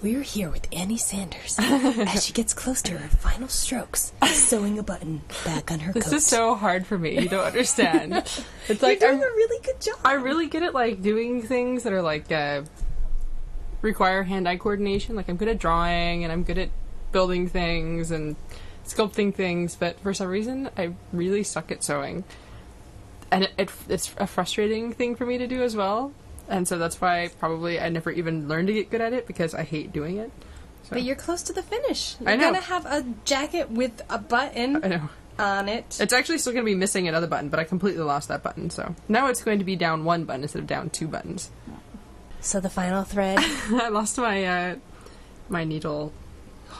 We're here with Annie Sanders as she gets close to her final strokes, sewing a button back on her This coat. is so hard for me. You don't understand. It's You're like doing I'm, a really good job. I really good at like doing things that are like uh, require hand-eye coordination. Like I'm good at drawing and I'm good at building things and sculpting things, but for some reason I really suck at sewing, and it, it, it's a frustrating thing for me to do as well. And so that's why probably I never even learned to get good at it because I hate doing it. But you're close to the finish. You're I know. gonna have a jacket with a button I know. on it. It's actually still going to be missing another button, but I completely lost that button. So now it's going to be down one button instead of down two buttons. So the final thread. I lost my uh, my needle.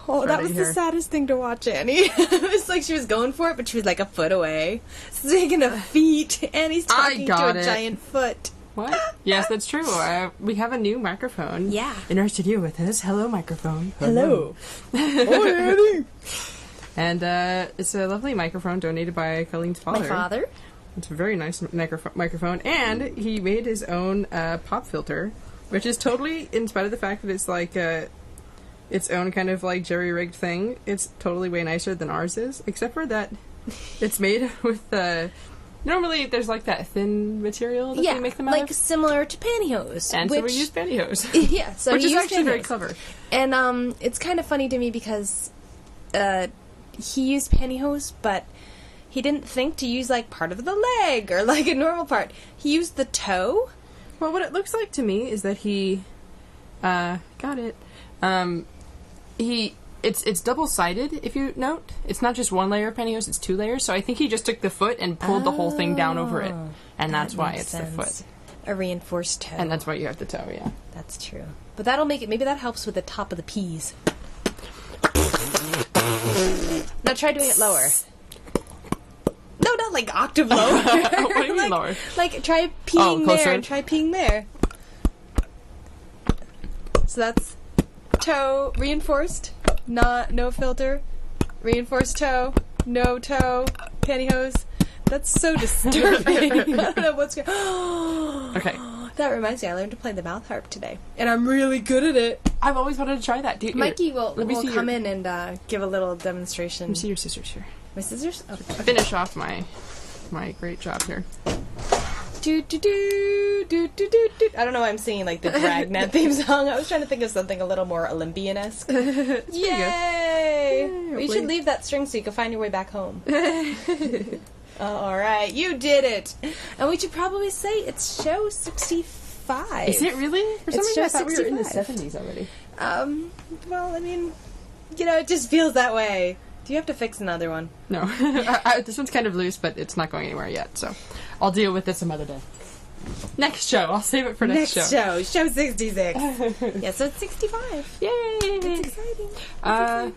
Oh, that Right was here. the saddest thing to watch, Annie. it was like she was going for it, but she was like a foot away. Speaking of feet, Annie's I talking got to a it. giant foot. What? yes, that's true. Uh, we have a new microphone. Yeah. In our studio with us. Hello, microphone. oh, Annie. And uh, it's a lovely microphone donated by Colleen's father. My father. It's a very nice microph- microphone, and he made his own uh, pop filter, which is totally, in spite of the fact that it's like uh, its own kind of like jerry rigged thing, it's totally way nicer than ours is, except for that it's made with Uh, normally, there's like that thin material that yeah, they make them out like of. similar to pantyhose. And which, so we use pantyhose. Yeah, so which he is used actually very pantyhose. clever. And um, it's kind of funny to me because uh, he used pantyhose, but he didn't think to use like part of the leg or like a normal part. He used the toe. Well, what it looks like to me is that he uh, got it. Um, he it's it's double sided. If you note, it's not just one layer of pantyhose; it's two layers. So I think he just took the foot and pulled the whole thing down over it, Oh, and that's why makes it's sense. the foot, A reinforced toe. and that's why you have the toe. Yeah. That's true. But that'll make it. Maybe that helps with the top of the peas. now try doing it lower. No, not like octave lower. what do you mean like, lower? Oh, Like try peeing closer. there and try peeing there. So that's toe reinforced, not no filter, reinforced toe, no toe, pantyhose. That's so disturbing. I don't know what's going. Okay. That reminds me, I learned to play the mouth harp today, and I'm really good at it. I've always wanted to try that. Do you, Mikey here, will, let me will see come your, in and uh, give a little demonstration. Let me see your scissors here. My scissors. Oh. Finish off my my great job here. Do do do do do do do. I don't know why I'm singing like the Dragnet theme song. I was trying to think of something a little more Olympian esque. Yay! Yay, You should wait. leave that string so you can find your way back home. Uh, All right, you did it, and we should probably say it's show sixty-five. Is it really? For some It's reason, I just thought we were in the 65. seventies already. Um, well, I mean, you know, it just feels that way. Do you have to fix another one? No, I, I, this one's kind of loose, but it's not going anywhere yet. So I'll deal with this some other day. Next show, I'll save it for next, show. show, show 66. yeah, so it's 65. Yay! Exciting. Uh,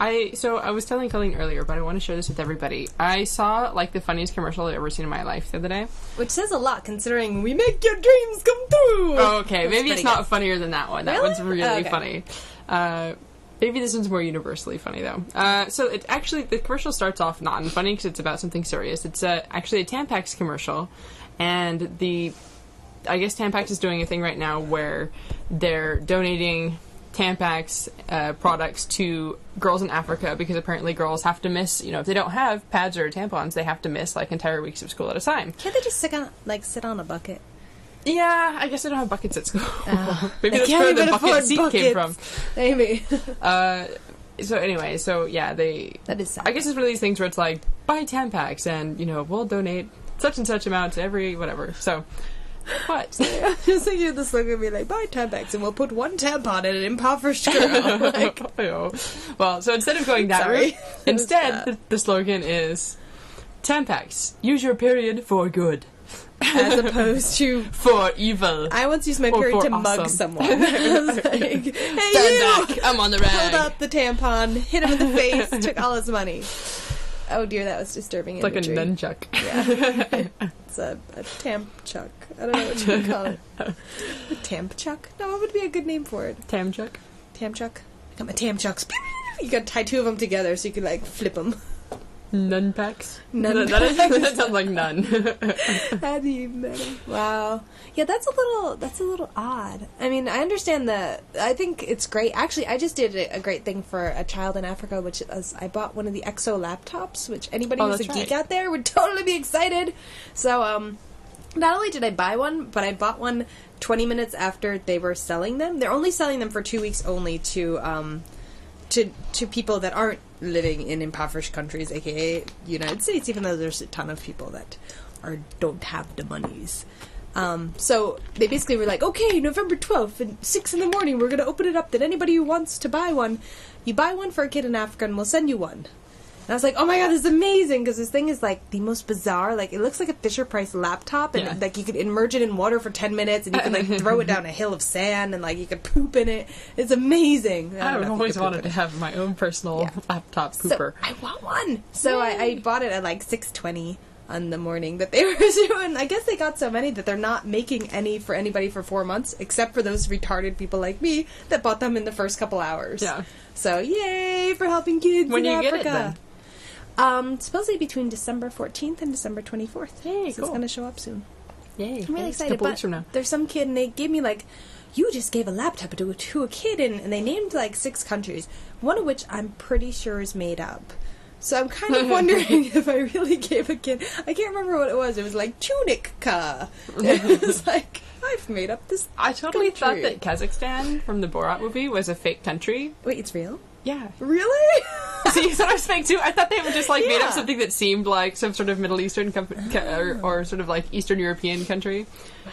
I so I was telling Colleen earlier, but I want to share this with everybody. I saw like the funniest commercial I've ever seen in my life the other day. Which says a lot considering we make your dreams come true. Oh, okay, That's maybe it's pretty not funnier than that one. That Really? one's really Oh, okay. funny. Uh, maybe this one's more universally funny though. Uh, so it actually the commercial starts off not funny because it's about something serious. It's uh, actually a Tampax commercial, and the I guess Tampax is doing a thing right now where they're donating Tampax uh, products to girls in Africa because apparently girls have to miss, you know, if they don't have pads or tampons, they have to miss like entire weeks of school at a time. Can't they just sit on, like, sit on a bucket? Yeah, I guess they don't have buckets at school. They Maybe that's can't where the even bucket afford seat came from. buckets. Maybe. Uh, so anyway, so yeah, they. That is sad. I guess it's one of these things where it's like buy ten packs and you know we'll donate such and such amount to every whatever. So, what? just thinking of this look and be like, buy Tampax and we'll put one tampon in an impoverished girl. Ew. well, so instead of going that Oh Sorry. route, instead the, the slogan is Tampax. Use your period for good, As opposed to, for evil. I once used my Or period Oh, for to mug awesome. someone. I was like, hey, you! Stand back. I'm on the pulled rag. out the tampon, hit him in the face, took all his money. Oh dear, that was disturbing. It's like a imagery. nunchuck. It's a, a tamp chuck. I don't know what you would call it. A tamp chuck? No, what would be a good name for it? Tamchuck. Tam chuck? I got my tam chucks. You gotta tie two of them together so you can like flip them. Nun packs. Nun that, that is- packs. that sounds like none. That'd be better. Wow. Yeah, that's a little that's a little odd. I mean, I understand that. I think it's great. Actually, I just did a, a great thing for a child in Africa, which is I bought one of the EXO laptops, which anybody Oh, who's a that's geek right. out there would totally be excited. So, um not only did I buy one, but I bought one 20 minutes after they were selling them. They're only selling them for 2 weeks only to um to to people that aren't Living in impoverished countries, aka United States, even though there's a ton of people that are don't have the monies. Um, so they basically were like, okay, November 12th at 6 in the morning, we're going to open it up that anybody who wants to buy one, you buy one for a kid in Africa and we'll send you one. And I was like, oh my god, this is amazing because this thing is like the most bizarre. Like, it looks like a Fisher Price laptop and Yeah. like you could immerse it in water for 10 minutes and you could like throw it down a hill of sand and like you could poop in it. It's amazing. I don't know would if you always could poop in wanted it. to have my own personal Yeah. laptop So, pooper. I want one. So I, I bought it at like six twenty on the morning that they were doing. I guess they got so many that they're not making any for anybody for four months, except for those retarded people like me that bought them in the first couple hours. Yeah. So yay for helping kids When in do you get Africa. it, then? Um, supposedly between December fourteenth and December twenty fourth. Hey, so cool. it's gonna show up soon. Yay! I'm really It's A excited. couple But weeks from now. there's some kid, and they gave me like, you just gave a laptop to a, to a kid, and, and they named like six countries, one of which I'm pretty sure is made up. So I'm kind of wondering if I really gave a kid. I can't remember what it was. It was like Tunica. It was like I've made up this. I totally thought country. that Kazakhstan from the Borat movie was a fake country. Wait, it's real? Yeah. Really? See, so I was fake too. I thought they were just like made Yeah. up something that seemed like some sort of Middle Eastern com- ca- or, or sort of like Eastern European country,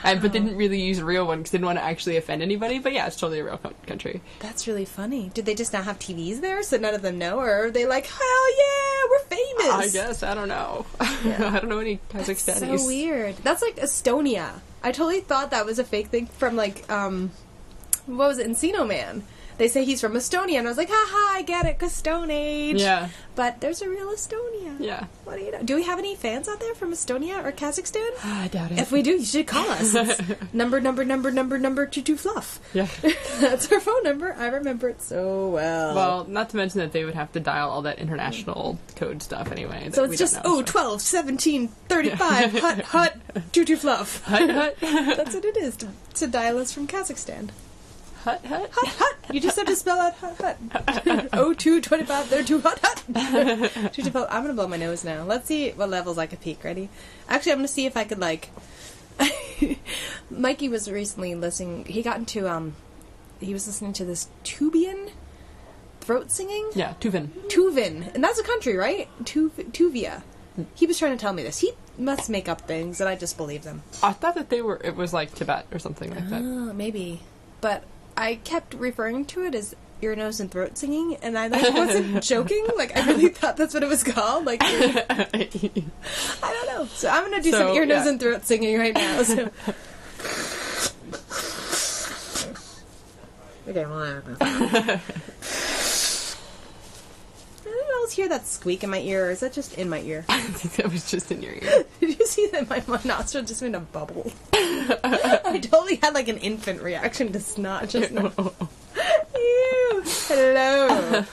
and, but they didn't really use a real one because they didn't want to actually offend anybody. But yeah, it's totally a real co- country. That's really funny. Did they just not have TVs there, so none of them know, or are they like, hell yeah, we're famous? I guess I don't know. I don't know any Kazakhstanis. So weird. That's like Estonia. I totally thought that was a fake thing from like um, what was it, Encino Man? They say he's from Estonia, and I was like, haha, I get it, 'cause Stone Age. Yeah, But there's a real Estonia. yeah. What do you know? Do we have any fans out there from Estonia or Kazakhstan? I doubt it. If we do, you should call us. It's number, number, number, number, number, two, two, fluff. yeah. That's our phone number. I remember it so well. Well, not to mention that they would have to dial all that international code stuff anyway. that so we it's don't just, know, oh, 12, 17, 35, hut, hut, two, two, fluff. Hut, hut, That's what it is to, to dial us from Kazakhstan. hut, hut. Hut hut. You just have to spell out hut hut. oh two twenty five there two hut hut. Two, two, five. I'm gonna blow my nose now. Let's see what levels I could peak. Ready? Actually, I'm gonna see if I could like. Mikey was recently listening. He got into um, he was listening to this Tubian throat singing. Yeah, Tuvin. Tuvin, and that's a country, right? Tuv- Tuvia. He was trying to tell me this. He must make up things, and I just believe them. I thought that they were. It was like Tibet or something like that. Oh, maybe. But I kept referring to it as ear, nose, and throat singing, and I like, wasn't joking. Like, I really thought that's what it was called. Like, I Oh. don't know. So I'm going to do So, some ear, nose, yeah. and throat singing right now. So. okay, well, I don't know. I don't always hear that squeak in my ear, or is that just in my ear? I think that was just in your ear. Did you see that my, my nostril just made a bubble? I totally had like an infant reaction to snot just now. Ew. Hello.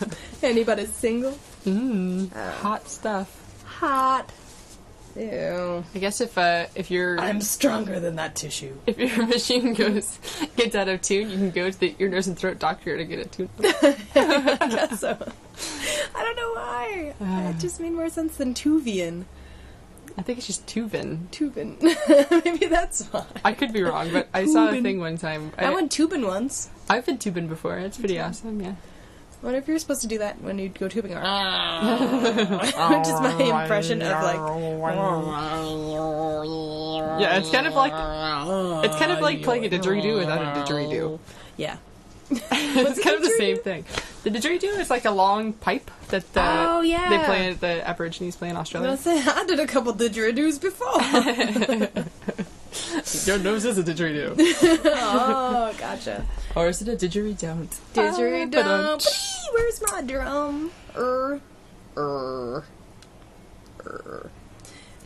Anybody single? Mm, hot stuff. Hot. Ew. I guess if uh, if your I'm stronger than that tissue. if your machine goes gets out of tune, you can go to the ear, nose, and throat doctor to get it tuned. up. So, I don't know why. It just made more sense than Tuvian. I think it's just Tuvin. Tubin. Maybe that's why. I could be wrong, but I saw a thing one time. I, I went Tubin once. I've been Tubin before. It's pretty awesome. Yeah. I wonder if you're supposed to do that when you go tubing. Which is my impression of like Yeah, it's kind of like it's kind of like playing a didgeridoo without a didgeridoo. Yeah. it's kind of the same thing. The didgeridoo is like a long pipe that uh, Oh, yeah. they play at the Aborigines play in Australia. I did a couple didgeridoos before. Your nose is a didgeridoo, oh, gotcha. or is it a didgeridoo? Didgeridoo. ba-dum. Whee! Where's my drum? Er. Er. Er.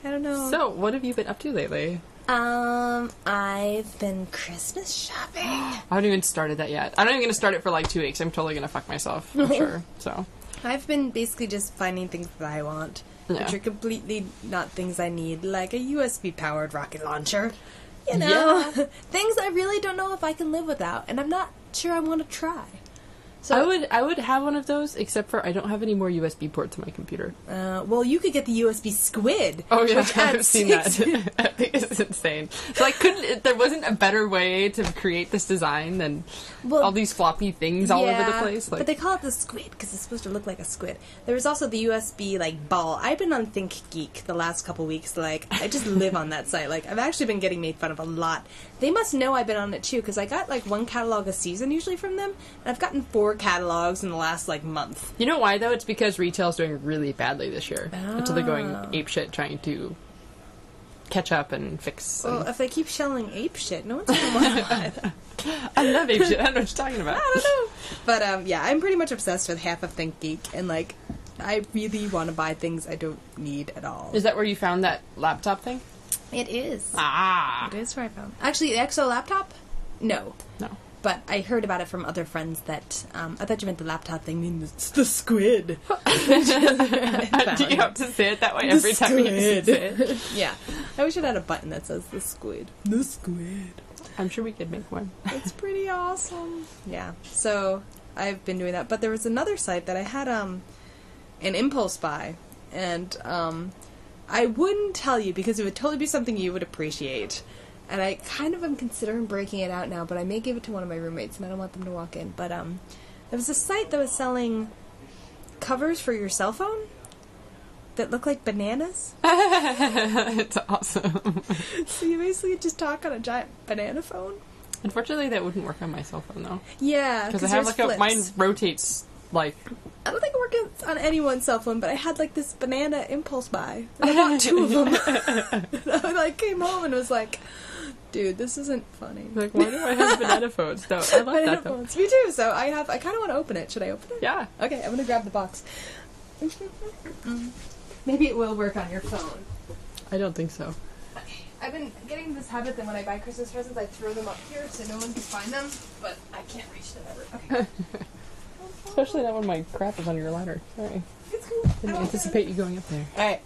I don't know. So, what have you been up to lately? Um, I've been Christmas shopping. I haven't even started that yet. I'm not even going to start it for like two weeks. I'm totally going to fuck myself. I'm sure. So, I've been basically just finding things that I want, Yeah. which are completely not things I need, like a USB powered rocket launcher. You know, things I really don't know if I can live without, and I'm not sure I want to try. So, I would I would have one of those, except for I don't have any more USB ports on my computer. uh, well, you could get the USB squid. Oh which yeah, I've adds seen six- that. I think it's insane. So I couldn't. it- There wasn't a better way to create this design than Well, all these floppy things all over the place. Like, but they call it the squid because it's supposed to look like a squid. There was also the USB like ball. I've been on ThinkGeek the last couple weeks. Like I just live on that site. Like I've actually been getting made fun of a lot. They must know I've been on it too because I got like one catalog a season usually from them, and I've gotten four catalogs in the last like month. you know why though? It's because retail's doing really badly this year, and so they're going Ah. apeshit trying to catch up and fix. and- Well, if they keep shelling ape shit, no one's gonna want that. I love apeshit. I don't know what you're talking about. I don't know. But um, yeah, I'm pretty much obsessed with half of ThinkGeek, and like I really want to buy things I don't need at all. Is that where you found that laptop thing? It is. Ah, It is where I found. Actually, the EXO laptop? No. no. But I heard about it from other friends that um, I thought you meant the laptop thing. I mean, it's the squid. Do you have to say it that way every time you say it? yeah. I wish it had a button that says the squid. The squid. I'm sure we could make one. It's pretty awesome. Yeah. So I've been doing that. But there was another site that I had um an impulse buy, and um I wouldn't tell you because it would totally be something you would appreciate. And I kind of am considering breaking it out now, but I may give it to one of my roommates, and I don't want them to walk in. But um, there was a site that was selling covers for your cell phone that look like bananas. it's awesome. so you basically just talk on a giant banana phone. Unfortunately, that wouldldn't work on my cell phone though, Yeah, because I have like Uh, yours a, mine flips. rotates like I don't think it worked on anyone's cell phone, but I had like this banana impulse buy. And I bought two of them. And I like came home and was like, "Dude, this isn't funny." Like, why do I have banana phones? Though I love Banana that though. phones. Me too. So I have. I kind of want to open it. Should I open it? Yeah. Okay, I'm gonna grab the box. Maybe it will work on your phone. I don't think so. I've been getting this habit that when I buy Christmas presents, I throw them up here so no one can find them. But I can't reach them ever. Okay, Especially not when my crap is on your ladder. Sorry. it's cool. I Didn't don't- anticipate you going up there. All right.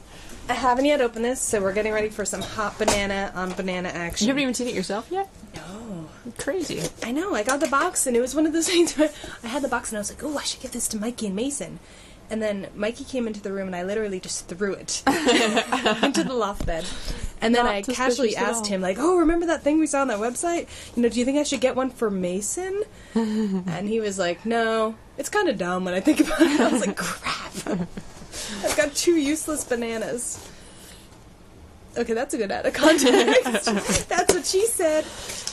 I haven't yet opened this, so we're getting ready for some hot banana on banana You action. haven't even seen it yourself yet? no. Crazy. I know. I got the box, and it was one of those things where I had the box, and I was like, "Oh, I should give this to Mikey and Mason." And then Mikey came into the room, and I literally just threw it into the loft bed. And then Not I casually suspicious at asked all. him, like, "Oh, remember that thing we saw on that website? You know, do you think I should get one for Mason?" and he was like, "No, it's kind of dumb when I think about it." I was like, "Crap, I've got two useless bananas." Okay, that's a good out of context. that's what she said.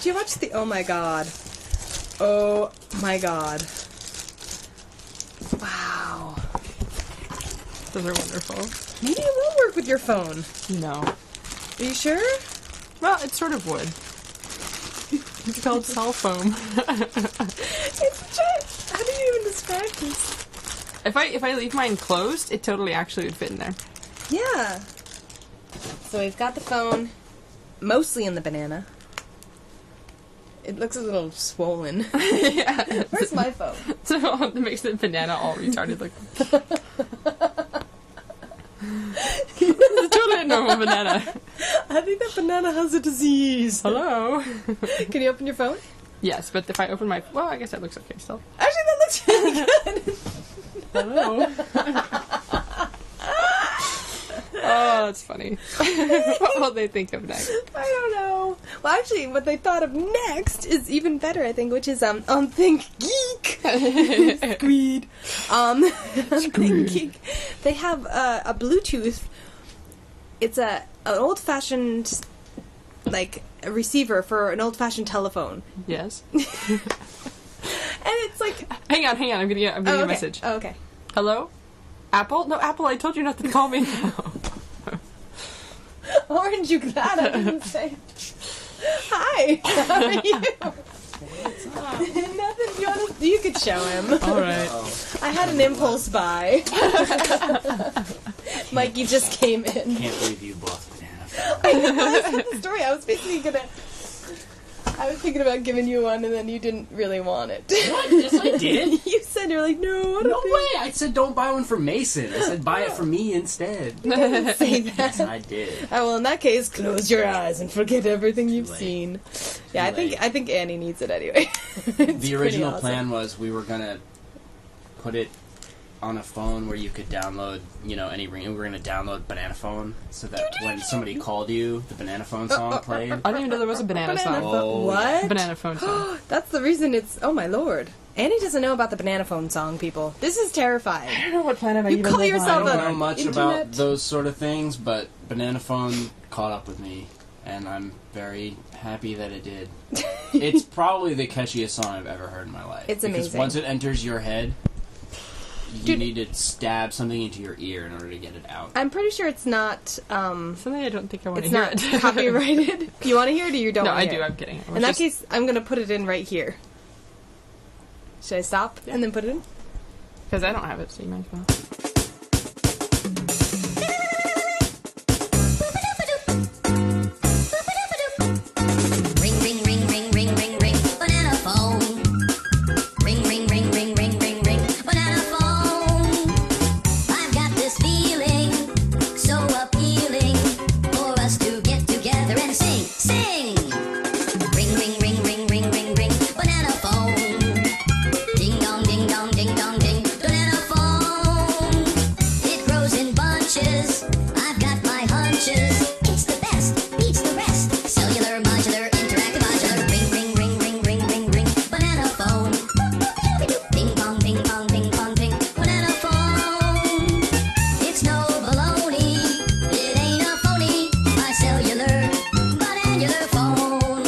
Do you watch the? Oh my god. Oh my god. Wow. Those are wonderful. Maybe it will work with your phone. No. Are you sure? Well, it sort of would. It's called cell foam. It's just. How do you even describe this? If I if I leave mine closed, it totally actually would fit in there. Yeah. So we've got the phone, mostly in the banana. It looks a little swollen. yeah. Where's my phone? So that makes the banana all retarded looking. it's totally a normal banana. I think that banana has a disease. Hello. Can you open your phone? Yes, but if I open my well, I guess that looks okay still. Actually, that looks really Hello. oh, that's funny. what will they think of next? I don't know. Well, actually, what they thought of next is even better, I think, which is um on Think Geek. Squeed. Um, on Think Geek, they have uh, a Bluetooth. It's a an old fashioned, like a receiver for an old fashioned telephone, Yes. and it's like Hang on, hang on. I'm gonna get, I'm oh, getting okay. a message. Oh, okay. Hello, Apple? No, Apple. I told you not to call me. now. Orange, you glad I didn't say? Hi, how are you? Nothing. You, wanna, you could show him. all right. I had an impulse buy. Mikey just came in. Can't believe you bought bananas. I realized in the story I was basically gonna. I was thinking about giving you one, and then you didn't really want it. What? Yes, Oh, I did. you said you're like, no, I No don't way! I said don't buy one for Mason. I said buy it for me instead. think say that. Yes, I did. Oh, well, in that case, close your eyes and forget everything you've late. seen. Yeah, I Too think late. I think Annie needs it anyway. the original plan was we were gonna put it on a phone where you could download, you know, any ring. We were gonna download Banana Phone so that when somebody called you, the Banana Phone song played. I didn't even know there was a banana, Banana song. Oh, what? Banana phone song. That's the reason it's. Oh my lord. Annie doesn't know about the banana phone song, people. This is terrifying. I don't know what planet I you even call live I yourself don't Well, know the much about internet- those sort of things, but Banana Phone caught up with me, and I'm very happy that it did. it's probably the catchiest song I've ever heard in my life. It's because amazing. Once it enters your head, you need to stab something into your ear in order to get it out. I'm pretty sure it's not. Um, Something I don't think I want to it's hear. not it. copyrighted. You want to hear it or you don't? no, wanna I hear do. it? I'm kidding. I was In that just- case, I'm gonna put it in right here. Should I stop and then put it in? Because I don't have it, so you might as well. Ring, ring, ring, ring, ring, ring, ring, banana phone. Ring, ring, ring, ring, ring, ring, ring, banana phone. I've got this feeling so appealing for us to get together and sing, sing. Ring, ring, ring, ring, ring, ring, ring, banana phone. Ding dong, ding dong, ding dong, ding, banana phone. It grows in bunches. I've got my hunches. It's the best, beats the rest. Cellular, modular, interactive, modular. Ring, ring, ring, ring, ring, ring, ring. Banana phone. Ding dong, ding dong, ding dong, ding. Banana phone. It's no baloney. It ain't a phony. My cellular, banana phone.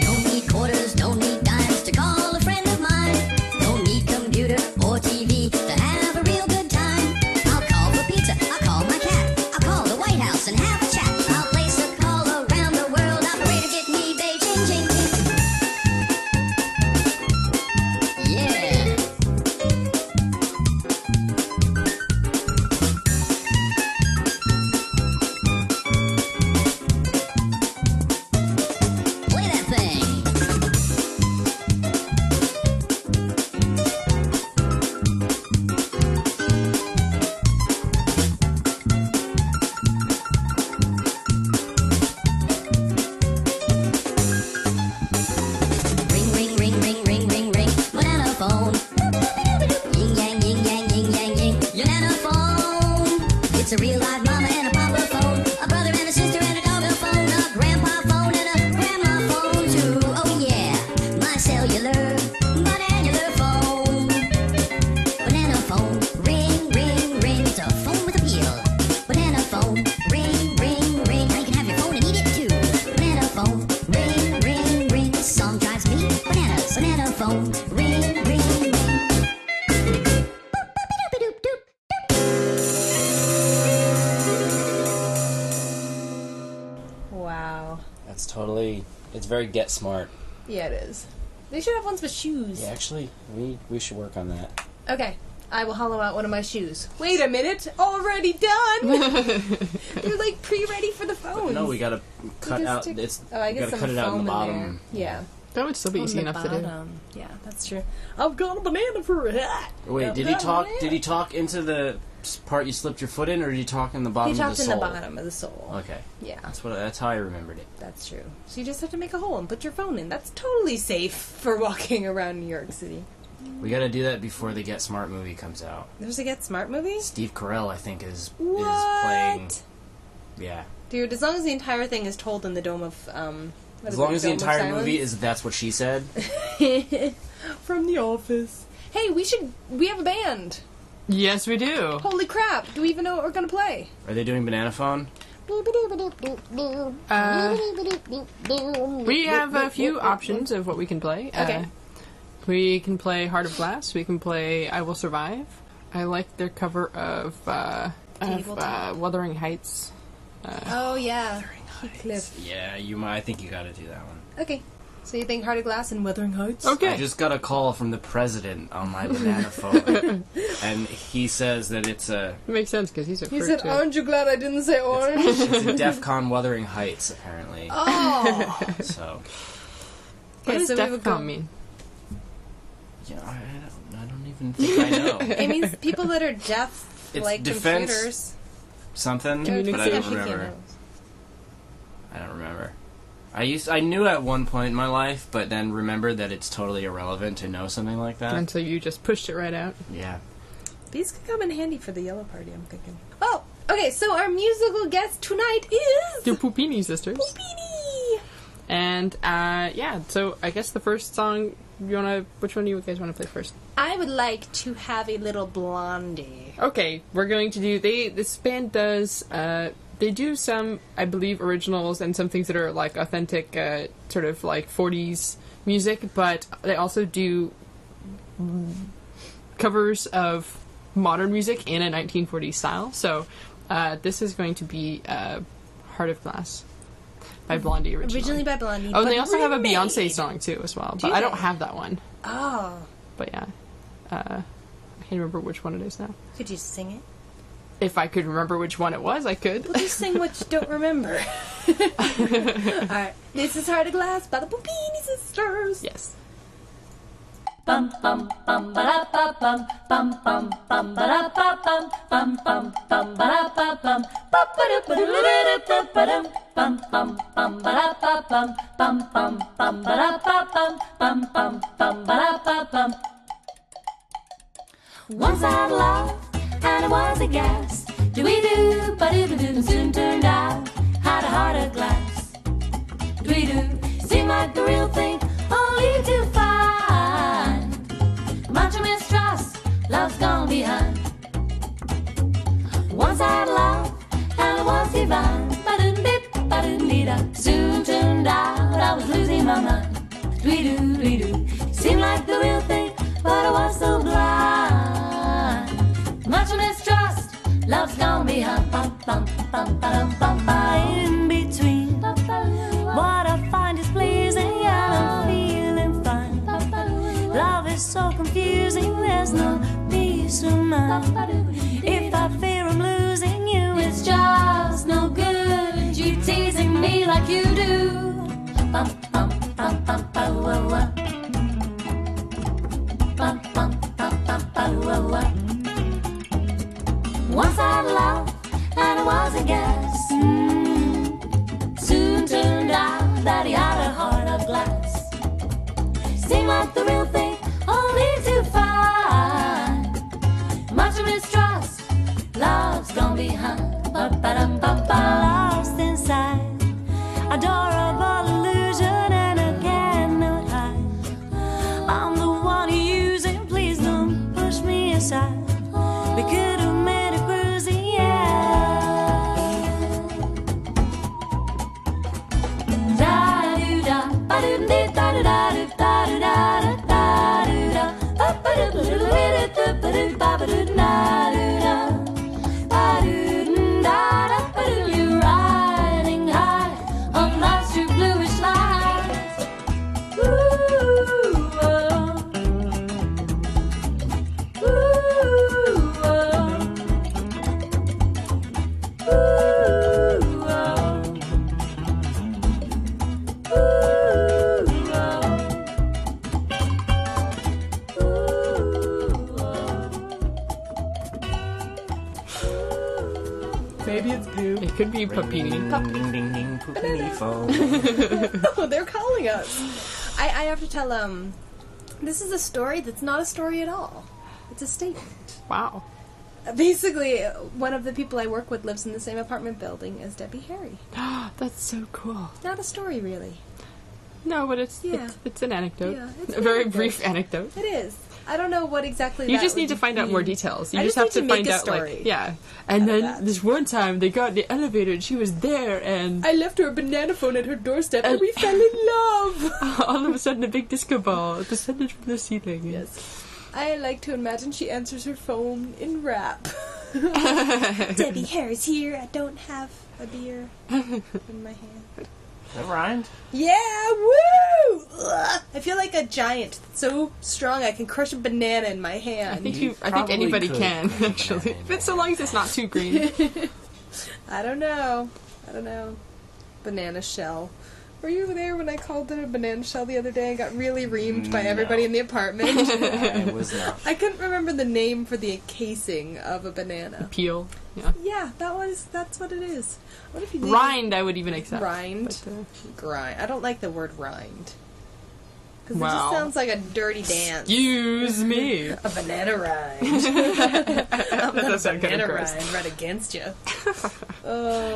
Don't need quarters, don't need dimes to call a friend of mine. Don't need computer or TV to have a real good time. I'll call for pizza, I'll call my cat, I'll call the White House and have a chat. I'll place a call around the world. Operator, get me Beijing, Jing, Jing. Yeah. Play that thing. Ring, ring, ring, ring, ring, ring, ring, banana phone. Yin yang, yin yang, yin yang, yin, banana phone. It's a real live mama and a papa phone, a brother and a sister and a dog phone, a grandpa phone and a grandma phone too. Oh yeah, my cellular, banana phone. Banana phone, ring, ring, ring. It's a phone with a peel. Banana phone, ring, ring, ring. Now you can have your phone and eat it too. Banana phone, ring, ring, ring. This song drives me bananas. Banana phone, ring, ring, ring. Wow. That's totally. It's very get smart. Yeah, it is. They should have ones with shoes. Yeah, actually, we we should work on that. Okay, I will hollow out one of my shoes. Wait a minute, already done. They're like pre-ready for the phone. No, we gotta cut Oh, just out. stick- It's Oh, I guess gotta some cut it foam out on the in bottom. there. Yeah, That would still be easy On the enough to do. bottom. Yeah, that's true. I've got a banana for it. Wait, did he talk? Did he talk into the s- part you slipped your foot in, or did he talk in the bottom He of dropped the in sole? the bottom of the sole. Okay, Yeah, that's what. That's how I remembered it. that's true. So you just have to make a hole and put your phone in. That's totally safe for walking around New York City. We got to do that before the Get Smart movie comes out. There's a Get Smart movie. Steve Carell, I think, is is playing. What? Yeah, Dude, as long as the entire thing is told in the dome of um. what as is long it, as the Dome of entire Silence? movie is that's what she said. from the office. Hey, we should. We have a band. Yes, we do. Holy crap! Do we even know what we're gonna play? Are they doing Banana Phone? Oh, Uh, we have a few options of what we can play. Uh, Okay. we can play Heart of Glass. We can play I Will Survive. I like their cover of, uh, of uh, Wuthering Heights. Oh yeah. Cliff. Yeah, you might. I think you got to do that one. Okay. So you think Heart of Glass and Wuthering Heights? Okay. I just got a call from the president on my banana phone, and he says that it's a makes sense because he's a He fruit, said, too. "Aren't you glad I didn't say orange?" it's a DefCon Wuthering Heights apparently. oh. So what Okay, does so we will DEFCON go- mean? yeah, I, I, don't, I don't even think I know It means people that are deaf, It's like defense- computers. something, Communication. but I Yeah, don't she can't remember. know. I don't remember. I used I knew at one point in my life, but then remembered that it's totally irrelevant to know something like that. and so you just pushed it right out. yeah. These could come in handy for the yellow party, I'm thinking. Oh, okay. So our musical guest tonight is The Pupini sisters. Beanie. And uh, yeah, so I guess the first song you wanna, which one do you guys wanna play first? I would like to have a little blondie. Okay, we're going to do they. This band does. Uh, they do some, I believe, originals and some things that are like authentic, uh, sort of like '40s music. But they also do mm, covers of modern music in a 1940s style. So uh, this is going to be uh, "Heart of Glass" by Blondie originally. Mm-hmm. Originally by Blondie. oh, but and they also have a remade. Beyonce song too as well. But Do I don't they? have that one. Oh, But yeah, uh, I can't remember which one it is now. could you sing it? If I could remember which one it was, I could. Well, just sing what you don't remember. All right. This is Heart of Glass by the Boopini Sisters. Yes. Once I loved, and it was a gas. Do we do, but it soon turned out. Had a heart of glass. Do we do, seemed like the real thing, only to find much mistrust, love's gone behind. Once I loved, and it was divine. Ba-doom dip, ba-doom dee da. Soon turned out I was losing my mind. Dwee doo, dwee doo. Seemed like the real thing, but I was so blind. Much mistrust, love's gone behind. Bum, bum, bum, ba-dum, bum, ba. In between, what I find is pleasing, and I'm feeling fine. Love is so confusing, there's no peace of mind. If I fear I'm losing you, it's just no good. You teasing me like you do. Bum, bum, bum, bum, ba, wa, wa. Bum, bum, bum, bum, ba, wa, wa. Once I loved, and it was a guess. Mm. Soon turned out that he had a heart of glass seem like the real thing, only to find much mistrust. Love's gone behind. Ba-ba-dum-ba-ba. Lost inside, adorable illusion, and I cannot hide. I'm the one you using, please don't push me aside. We could have made a cruising, yeah. Riding high on life's true bluish light. Ooh, oh. Ooh, oh. Ooh, oh. Maybe it's Poo. It could be Papini. Ding ding ding poopini phone. Oh, they're calling us. I, I have to tell um this is a story that's not a story at all. It's a statement. Wow. Basically, uh, one of the people I work with lives in the same apartment building as Debbie Harry. That's so cool. Not a story, really. No, but it's Yeah. it's, it's an anecdote. Yeah, it's a an very anecdote. brief anecdote. It is. I don't know what exactly. You that just need to would find out more mean. details. You I just, just need have to, to make find a out story like yeah. And then that. this one time they got in the elevator and she was there and I left her a banana phone at her doorstep, And- and we fell in love. all of a sudden a big disco ball descended from the ceiling. Yes. I like to imagine she answers her phone in rap. Debbie Harry's here. I don't have a beer in my hand. That rhymed. Yeah, woo! ugh, I feel like a giant that's so strong I can crush a banana in my I hand. think you. I think probably anybody could can put a actually, banana in but so long as it's not too green. I don't know. I don't know. Banana shell. Were you there when I called it a banana shell the other day? I got really reamed by everybody in the apartment. I was not. I couldn't remember the name for the casing of a banana. Peel. Yeah. Yeah, that was that's what it is. What if you leave Rind, I would even accept. Rind. But, uh, Grind. I don't like the word rind. Because it Wow. just sounds like a dirty dance. Excuse me. a banana ride. that does sound kind banana of gross. ride right against you.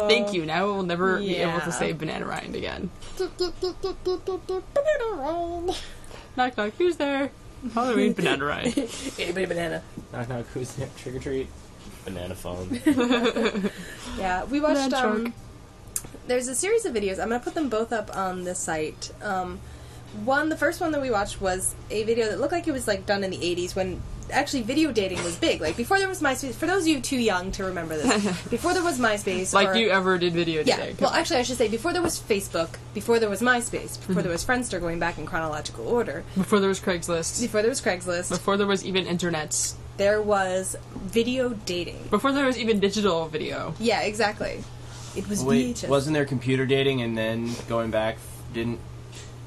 Thank you. Now we'll never be able Oh. Yeah. to say banana rind again. Knock knock. Who's there? Halloween banana rind. Anybody banana. Knock knock. Who's there? Trick or treat. Banana phone. Yeah, we watched. Um, there's a series of videos. I'm gonna put them both up on the site. Um, one, the first one that we watched was a video that looked like it was like done in the 80s when actually video dating was big. Like before there was MySpace. For those of you too young to remember this, before there was MySpace, Like or- you ever did video Yeah. today? Well, actually, I should say before there was Facebook, before there was MySpace, Mm-hmm. before there was Friendster, going back in chronological order, Before there was Craigslist. before there was Craigslist, Before there was even internets. there was video dating. Before there was even digital video. Yeah, exactly. It was Wait, VHS. wasn't there computer dating and then going back? Didn't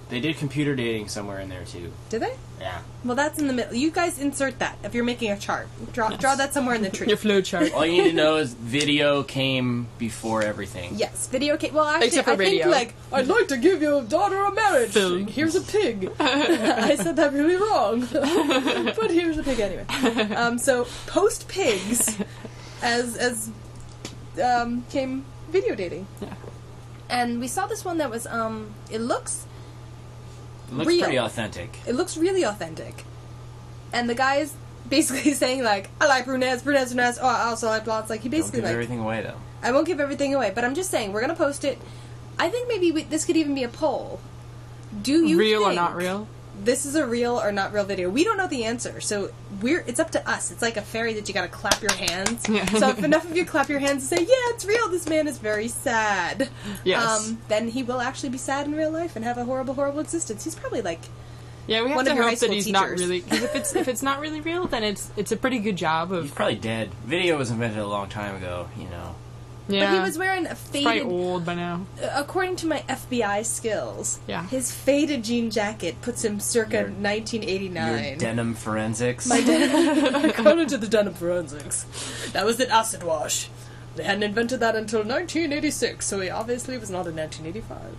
they did computer dating somewhere in there too? Did they? Yeah. Well, that's in the middle. You guys insert that if you're making a chart. Draw, draw that somewhere in the tree. Your flowchart. All you need to know is video came before everything. yes, video. Ca- well, actually, Except for I radio. think like I'd like to give your daughter a marriage. Film. Here's a pig. I said that really wrong, but here's a pig anyway. Um, so post pigs, as as um, came video dating. Yeah. And we saw this one that was um, it looks It looks Real. pretty authentic. it looks really authentic. And the guy is basically saying like, I like brunettes, brunettes, brunettes. Oh, I also like blondes. Like he Don't basically give like everything away though. I won't give everything away, but I'm just saying we're gonna post it. I think maybe we, this could even be a poll. Do you real or think not real? This is a real or not real video. We don't know the answer, so we're it's up to us. It's like a fairy that you gotta clap your hands. Yeah. So if enough of you clap your hands and say, "Yeah, it's real," this man is very sad. Um, Yes. then he will actually be sad in real life and have a horrible, horrible existence. He's probably like, Yeah, we have one to of your hope high that school he's not teachers. really. 'cause if it's if it's not really real, then it's it's a pretty good job He's of. probably dead. Video was invented a long time ago. You know. Yeah. but he was wearing a probably faded old by now. according to my FBI skills, Yeah. his faded jean jacket puts him circa Your- Your 1989. denim forensics. according to the denim forensics, that was an acid wash. They hadn't invented that until 1986, so he obviously was not in 1985.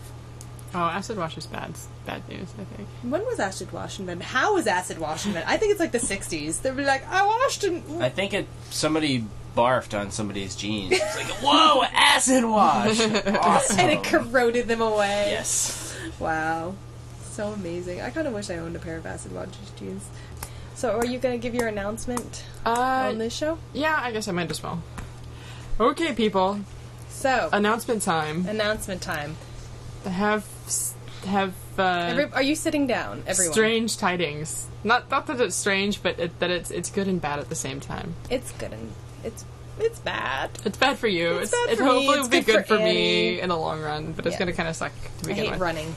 Oh, acid wash is bad. Bad news, I think. When was acid wash invented? How was acid wash invented? I think it's like the 60s. They'd be like, I washed and I think it somebody barfed on somebody's jeans. It's like, whoa, acid wash. awesome. and it corroded them away. yes. Wow. So amazing. I kind of wish I owned a pair of acid wash jeans. So, are you going to give your announcement Uh, on this show? yeah, I guess I might as well. Okay, people, So, announcement time. announcement time. Have have uh, Every, are you sitting down, everyone? strange tidings. Not not that it's strange, but it, that it's it's good and bad at the same time. It's good and it's it's bad. It's bad for you. It's It's, bad it for me, hopefully it's will be good good for for, me Annie. in the long run, but it's Yeah. going to kind of suck to I begin hate with. running.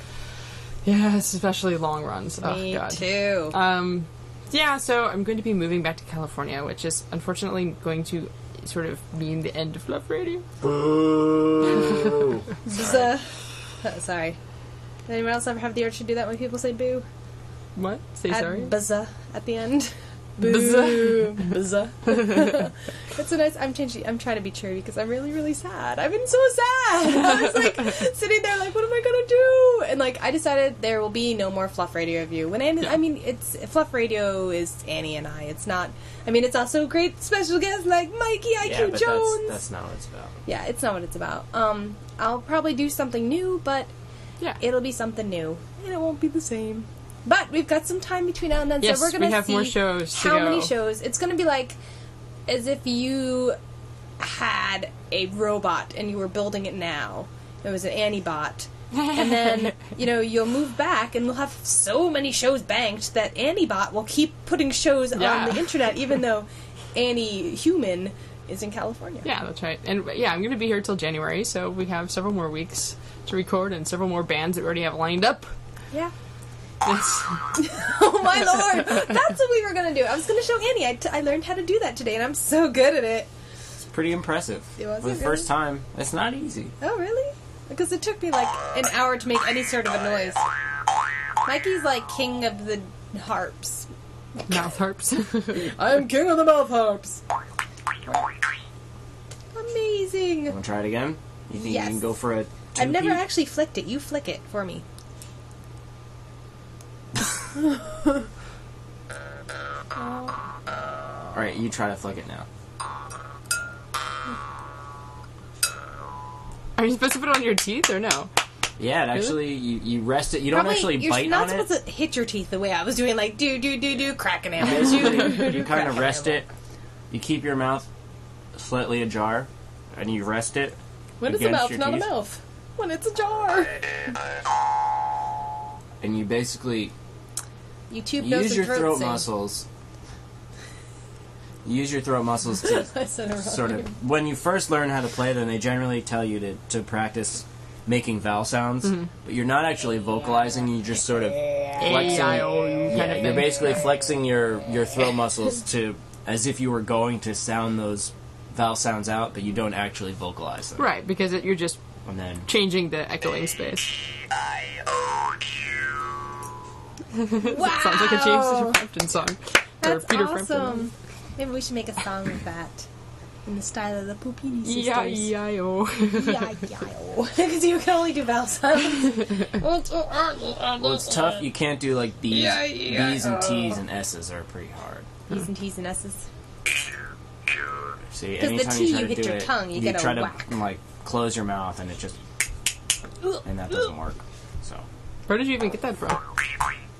Yeah, it's especially long runs. Me oh god. too. Um, yeah, so I'm going to be moving back to California, which is unfortunately going to sort of mean the end of Fluff Radio. Boo. Sorry. uh, sorry. Did anyone else ever have the urge to do that when people say boo? What? Say Add sorry. buzza at the end. Buzz. buzza. it's a nice. I'm changing. I'm trying to be cheery because I'm really, really sad. I've been so sad. I was like sitting there, like, what am I gonna do? And like, I decided there will be no more fluff radio review. When Annie, Yeah. I mean, it's fluff radio is Annie and I. It's not. I mean, it's also great special guests like Mikey IQ yeah, but Jones. that's that's not what it's about. yeah, it's not what it's about. Um, I'll probably do something new, but yeah. it'll be something new, and it won't be the same. But we've got some time between now and then, Yes, so we're gonna we have see more shows to how many go. shows. It's gonna be like as if you had a robot and you were building it now. It was an Antibot. and then you know you'll move back, and we'll have so many shows banked that Antibot will keep putting shows Yeah. on the internet, even though Annie Human is in California. Yeah, that's right. And yeah, I'm going to be here till January, so we have several more weeks to record and several more bands that we already have lined up. Yeah. Oh my lord! That's what we were gonna do. I was gonna show Annie. I, t- I learned how to do that today, and I'm so good at it. It's pretty impressive. It was For the good. first time, it's not easy. Oh really? Because it took me like an hour to make any sort of a noise. Mikey's like king of the harps. Mouth harps. I'm king of the mouth harps. Amazing. Want to try it again? You think Yes. you can go for a? I've never two-peat? actually flicked it. You flick it for me. All right, you try to flick it now. Are you supposed to put it on your teeth or no? Yeah, it actually, you, you rest it. You don't actually you're bite not on it. supposed to hit your teeth the way I was doing, like do do do do cracking animals. Basically, you kind of rest it. You keep your mouth slightly ajar, and you rest it. When is a against mouth your not a teeth. mouth? When it's a jar. And you basically You tube nose use and your throat, sing. muscles. Use your throat muscles to I said it wrong. sort of when you first learn how to play them they generally tell you to, to practice making vowel sounds but you're not actually vocalizing you just sort of flexing kind yeah, of you're thing. basically flexing your your throat muscles to as if you were going to sound those vowel sounds out but you don't actually vocalize them Right, because it, you're just and then changing the echoing space. Wow, Sounds like a James Frampton song. that's or Peter Frampton. awesome. Maybe we should make a song with that, in the style of the Pupini sisters. Yeah, yeah, oh. Because you can only do vowel sounds. well it's tough you can't do like these these and t's and s's are pretty hard E's and T's and S's. See, 'Cause the anytime T, you try you to hit do your it, tongue, you you get a try to whack. like close your mouth, and it just and that doesn't work. So, Where did you even get that from?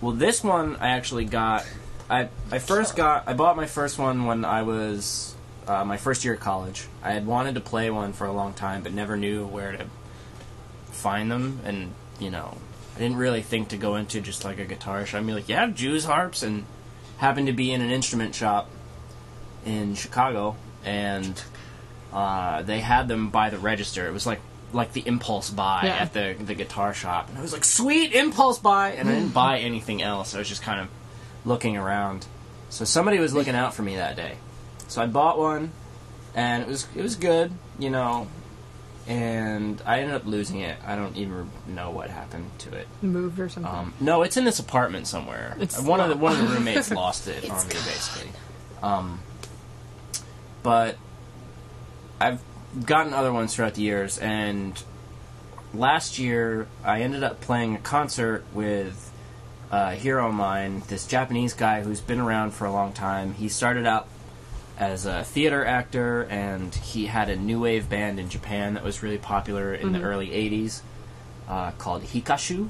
well, this one I actually got. I I first got I bought my first one when I was uh, my first year of college. I had wanted to play one for a long time, but never knew where to find them, and you know, I didn't really think to go into just like a guitar shop. I'd be like, yeah, Jews harps, and happened to be in an instrument shop in Chicago, and uh, they had them by the register. It was like like the impulse buy Yeah. at the the guitar shop, and I was like, sweet impulse buy, and I didn't buy anything else. I was just kind of looking around. So somebody was looking out for me that day. So I bought one, and it was it was good, you know. And I ended up losing it. I don't even know what happened to it. Moved or something. Um, no, it's in this apartment somewhere. Mm. It's one of the not- one of the roommates lost it on me, basically. Um, but I've gotten other ones throughout the years, and last year I ended up playing a concert with uh, a hero of mine, this Japanese guy who's been around for a long time. He started out as a theater actor, and he had a new wave band in Japan that was really popular in Mm-hmm. the early '80s uh, called Hikashu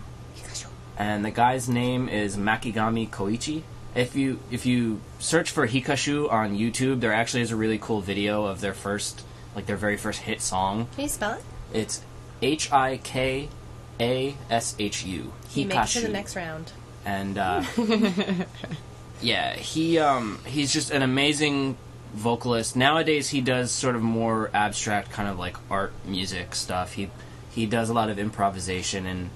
and the guy's name is Makigami Koichi. If you if you search for Hikashu on YouTube, there actually is a really cool video of their first like their very first hit song. Can you spell it? It's H I K A S H U. You make it to the Hikashu. next round. And uh, yeah, he um he's just an amazing vocalist. Nowadays he does sort of more abstract kind of like art music stuff. He he does a lot of improvisation and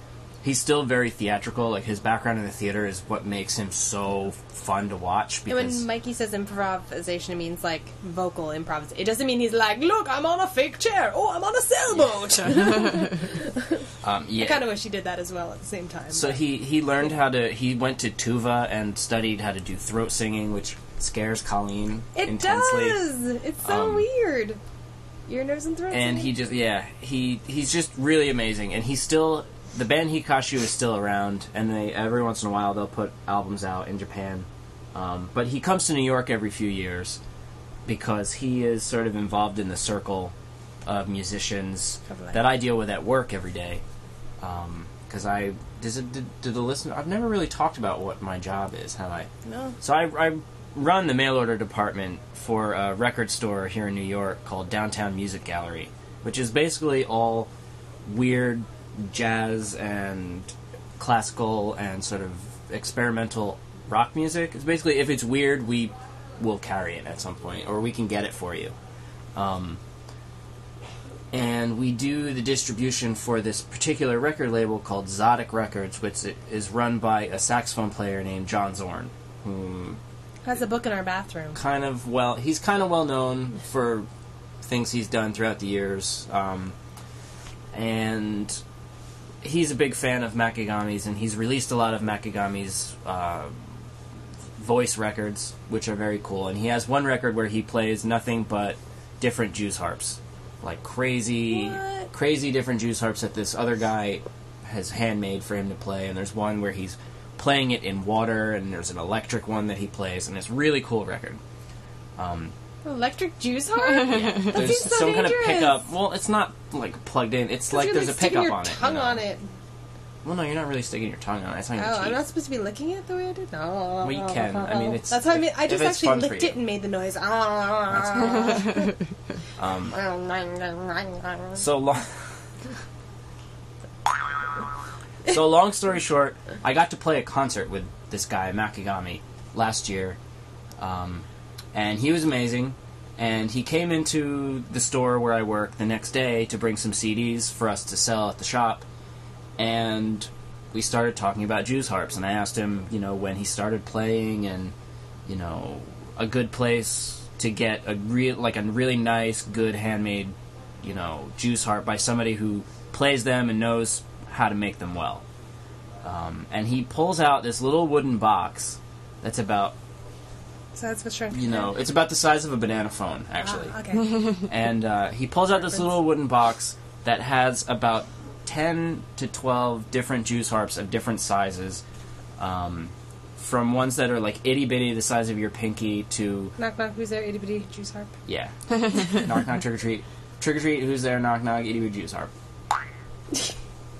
he's still very theatrical. Like his background in the theater is what makes him so fun to watch And because when Mikey says improvisation, it means like vocal improvisation. It doesn't mean he's like, look, I'm on a fake chair. Oh, I'm on a sailboat. um yeah. I kind of wish he did that as well at the same time. So he he learned how to he went to Tuva and studied how to do throat singing, which scares Colleen it intensely. does. It's so Um, weird. Your nerves and throats. in and he it. just yeah he he's just really amazing and he's still the band hikashu is still around and they every once in a while they'll put albums out in japan um, but he comes to new york every few years because he is sort of involved in the circle of musicians that i deal with at work every day because i does it, did, did the listener i've never really talked about what my job is have i no. so I, I run the mail order department for a record store here in New York called Downtown Music Gallery, which is basically all weird jazz and classical and sort of experimental rock music. It's basically if it's weird, we will carry it at some point, or we can get it for you. Um, and we do the distribution for this particular record label called Zodic Records, which i- is run by a saxophone player named John Zorn, whom Has a book in our bathroom. kind of well he's kind of well known for things he's done throughout the years um, and he's a big fan of makigami's and he's released a lot of makigami's uh, voice records which are very cool and he has one record where he plays nothing but different jew's harps like crazy crazy different jew's harps that this other guy has handmade for him to play and there's one where he's playing it in water and there's an electric one that he plays and it's a really cool record Electric juice harp? there's seems so some dangerous. kind of pickup. Well, it's not like plugged in. It's like You're, there's like, a sticking pickup your on it. you Tongue know. on it. Well, no, you're not really sticking your tongue on it. It's not your Oh, I'm teeth. not supposed to be licking it the way I did. No. Well, you can. I mean, it's That's how I if- mean. I if just it's actually fun for licked you. it and made the noise. Ah. Um, So long. so long story short, I got to play a concert with this guy Makigami last year, um, and he was amazing. And he came into the store where I work the next day to bring some CDs for us to sell at the shop, and we started talking about Jews harps. And I asked him, you know, when he started playing and you know, a good place to get a real, like a really nice, good handmade, you know, juice harp by somebody who plays them and knows how to make them well. Um, and he pulls out this little wooden box that's about, So that's what's wrong. you know, it's about the size of a banana phone, actually. Okay. And uh, he pulls out this little wooden box that has about 10 to 12 different juice harps of different sizes. Um, from ones that are like itty bitty, the size of your pinky, to knock knock. Who's there? Itty bitty juice harp. yeah. knock knock trick or treat. Trick or treat, who's there? Knock knock, itty bitty juice harp.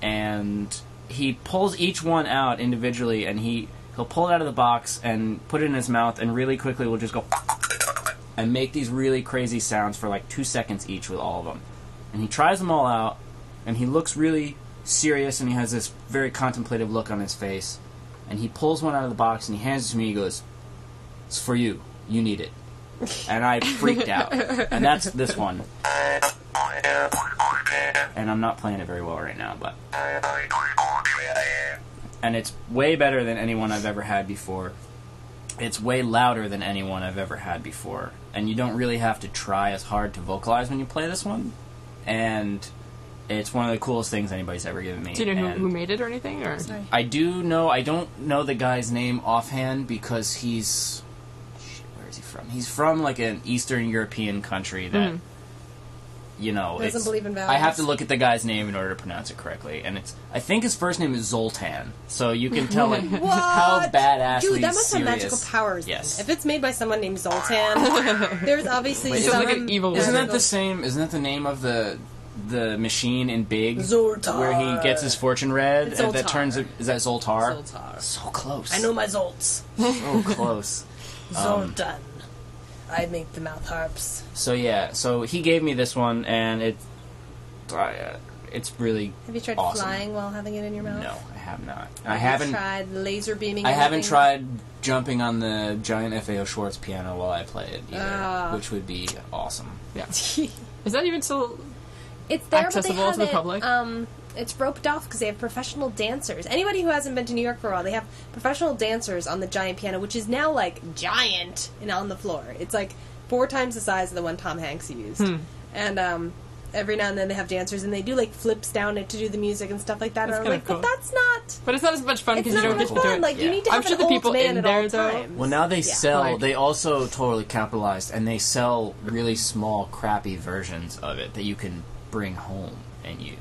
And he pulls each one out individually and he he'll pull it out of the box and put it in his mouth and really quickly will just go and make these really crazy sounds for like two seconds each with all of them. And he tries them all out and he looks really serious and he has this very contemplative look on his face. And he pulls one out of the box and he hands it to me. He goes, "It's for you. You need it." and I freaked out. And that's this one. And I'm not playing it very well right now, but. And it's way better than anyone I've ever had before. It's way louder than anyone I've ever had before. And you don't really have to try as hard to vocalize when you play this one. And it's one of the coolest things anybody's ever given me. Do you know And- who, who made it or anything? Or I do know. I don't know the guy's name offhand because he's. Shit, where is he from? He's from like an Eastern European country that. You know, Doesn't it's- believe in I values. have to look at the guy's name in order to pronounce it correctly, and it's. I think his first name is Zoltan, so you can tell like how What? badassly Dude, that must serious. have magical powers. then. Yes. If it's made by someone named Zoltan, there's obviously Wait, He's some like an evil Isn't wizard. that the same? Isn't that the name of the the machine in Big Zoltar. where he gets his fortune read? It's and that Zoltar. turns it- is that Zoltar? Zoltar. So close. I know my Zolts. So close. Um, Zoltan. I make the mouth harps. So yeah, so he gave me this one, and it, I, uh, it's really. Have you tried Awesome. flying while having it in your mouth? No, I have not. I Have you haven't. tried laser beaming. I haven't anything? tried jumping on the giant FAO Schwartz piano while I play it either, Ah. which would be awesome. is that even still? It's there, Accessible but they have to the it, public? Um, it's roped off because they have professional dancers. Anybody who hasn't been to New York for a while, they have professional dancers on the giant piano, which is now like giant and on the floor. It's like four times the size of the one Tom Hanks used. Hmm. And um, every now and then they have dancers, and they do like flips down it to do the music and stuff like that. That's and I'm kinda like, cool. but that's not. But it's not as much fun It's because you not don't really get to do it. fun. Like you Yeah. need to I'm have sure an the old people man in at there, all though- times. Well, now they sell. Like- they also totally capitalized, and they sell really small, crappy versions of it that you can bring home and use.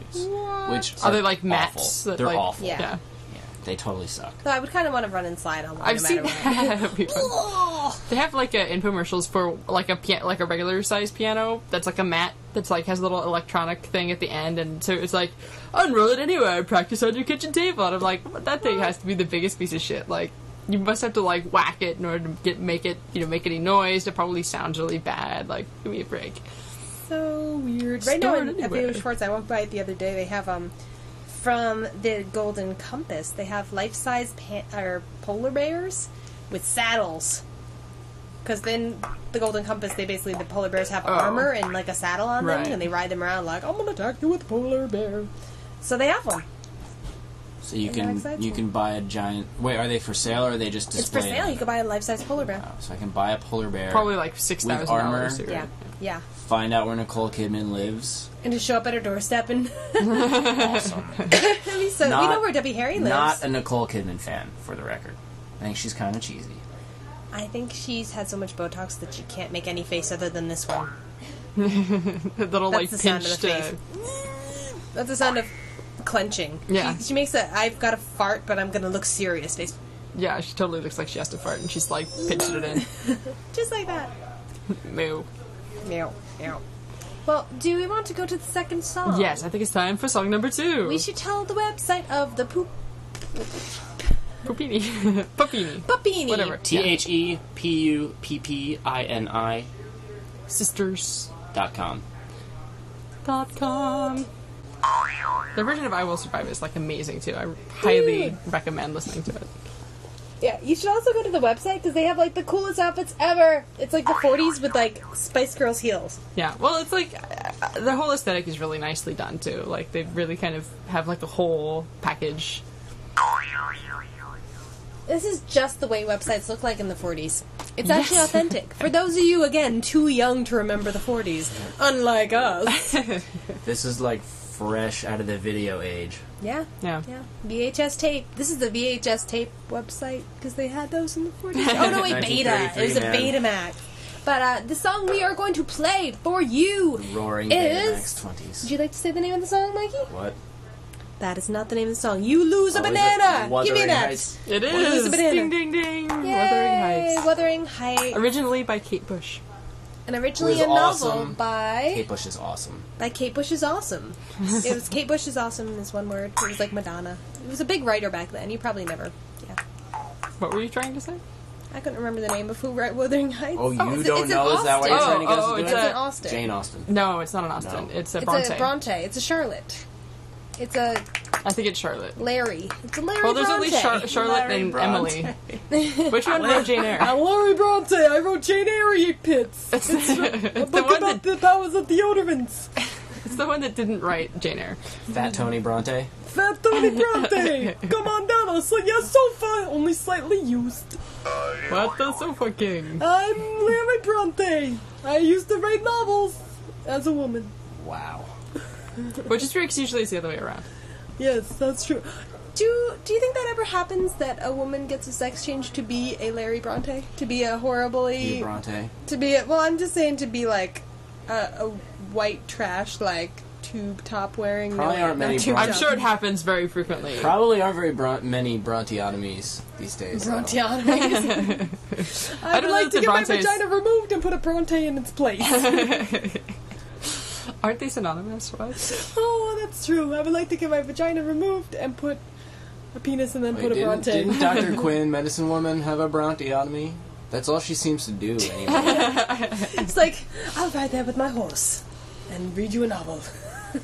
Which Are are they like awful. mats? that, They're like- awful. Yeah. Yeah. yeah, they totally suck. So I would kind of want to run and slide on one. I've no seen matter what. that. people. They have like a infomercials for like a pia- like a regular size piano that's like a mat that's like has a little electronic thing at the end, and so it's like unroll it anywhere, practice on your kitchen table. And I'm like, "What- that thing has to be the biggest piece of shit. Like you must have to like whack it in order to get make it you know make any noise. It probably sounds really bad. Like give me a break. so weird. Right now, in Stored at anywhere. Baylor Schwartz, I walked by it the other day. They have um from the Golden Compass. They have life-size pan- or polar bears with saddles. because then the Golden Compass, they basically the polar bears have Oh. armor and like a saddle on Right. them, and they ride them around like I'm gonna attack you with polar bear. So they have one. So you that can excites you me. can buy a giant. Wait, are they for sale or are they just It's for displayed? sale. You can buy a life size polar bear. Wow, so I can buy a polar bear. Probably like six thousand armor. dollars. Yeah, yeah. find out where Nicole Kidman lives. And to show up at her doorstep and Awesome. I mean, so we Not- know where Debbie Harry lives. Not a Nicole Kidman fan, for the record. I think she's kind of cheesy. I think she's had so much Botox that she can't make any face other than this one. That'll That's like uh, the sound pinch of the to- face. That's the sound of clenching. Yeah. She, she makes a I've got a fart, but I'm gonna look serious face. Yeah, she totally looks like she has to fart, and she's like pinching it in. Just like that. Moo. Meow, meow. Well, do we want to go to the second song? Yes, I think it's time for song number two. We should tell the website of the poop Pupini. Pupini. puppini. Whatever. T H E P U P P I N I Sisters. dot com. Dot com. The version of I Will Survive is like amazing too. I highly recommend listening to it. Yeah, you should also go to the website because they have like the coolest outfits ever. It's like the 40s with like Spice Girls heels. Yeah, well, it's like uh, the whole aesthetic is really nicely done too. Like they really kind of have like a whole package. This is just the way websites look like in the 40s. It's actually authentic. For those of you, again, too young to remember the 40s, unlike us. This is like fresh out of the video age. Yeah, Yeah. yeah. VHS tape. This is the VHS tape website because they had those in the 40s. Oh, no, wait, beta. It was a 1933, Betamax. But uh, the song we are going to play for you Roaring is. Betamax 20s. Would you like to say the name of the song, Mikey? what? That is not the name of the song. You lose Oh, a banana. Give me that. It is is. a banana. Ding ding ding. Yay, Wuthering Heights. Wuthering Heights. Originally by Kate Bush. And originally Was a novel awesome. by Kate Bush is awesome. by Kate Bush is awesome. it was Kate Bush is awesome is one word. It was like Madonna. It was a big writer back then. You probably never. Yeah, What were you trying to say? I couldn't remember the name of who wrote Wuthering Heights. Oh, you it's- don't it's an know? Is that why you're Austen. trying to get Oh, us to do it's it? a- It's an Austen. Jane Austen. No, it's not an Austin. No. It's a It's Bronte. a Bronte. It's a Charlotte. It's a I think it's Charlotte. Larry. It's a Larry Well, there's Bronte. only Char- Charlotte and Bronte. Emily. Which one wrote Jane Eyre? Uh, Larry Bronte. I wrote Jane Eyre, you pits. It's, the one that, the powers of the Ottomans. it's the one that didn't write Jane Eyre. Fat Tony Bronte. Fat Tony Bronte. Come on down. I'll sell your sofa, only slightly used. What the sofa king? I'm Larry Bronte. I used to write novels as a woman. Wow. Which is weird 'cause usually it's the other way around. Yes, that's true. Do Do you think that ever happens that a woman gets a sex change to be a Larry Bronte, to be a horribly, Hugh Bronte. to be a, well? I'm just saying to be like a, a white trash, like tube top wearing. Probably no, aren't not many tube Bron- I'm top. sure it happens very frequently. Probably aren't very bron- many Bronteotomies these days. though. Bronteotomies. I'd don't know like to that the get my Brontes- vagina removed and put a Bronte in its place. Aren't they synonymous? What? oh, that's true. I would like to get my vagina removed and put a penis and then Wait, put a didn't, Bronte. didn't Dr. Quinn, medicine woman, have a Bronteotomy? That's all she seems to do anyway. It's like, I'll ride there with my horse and read you a novel.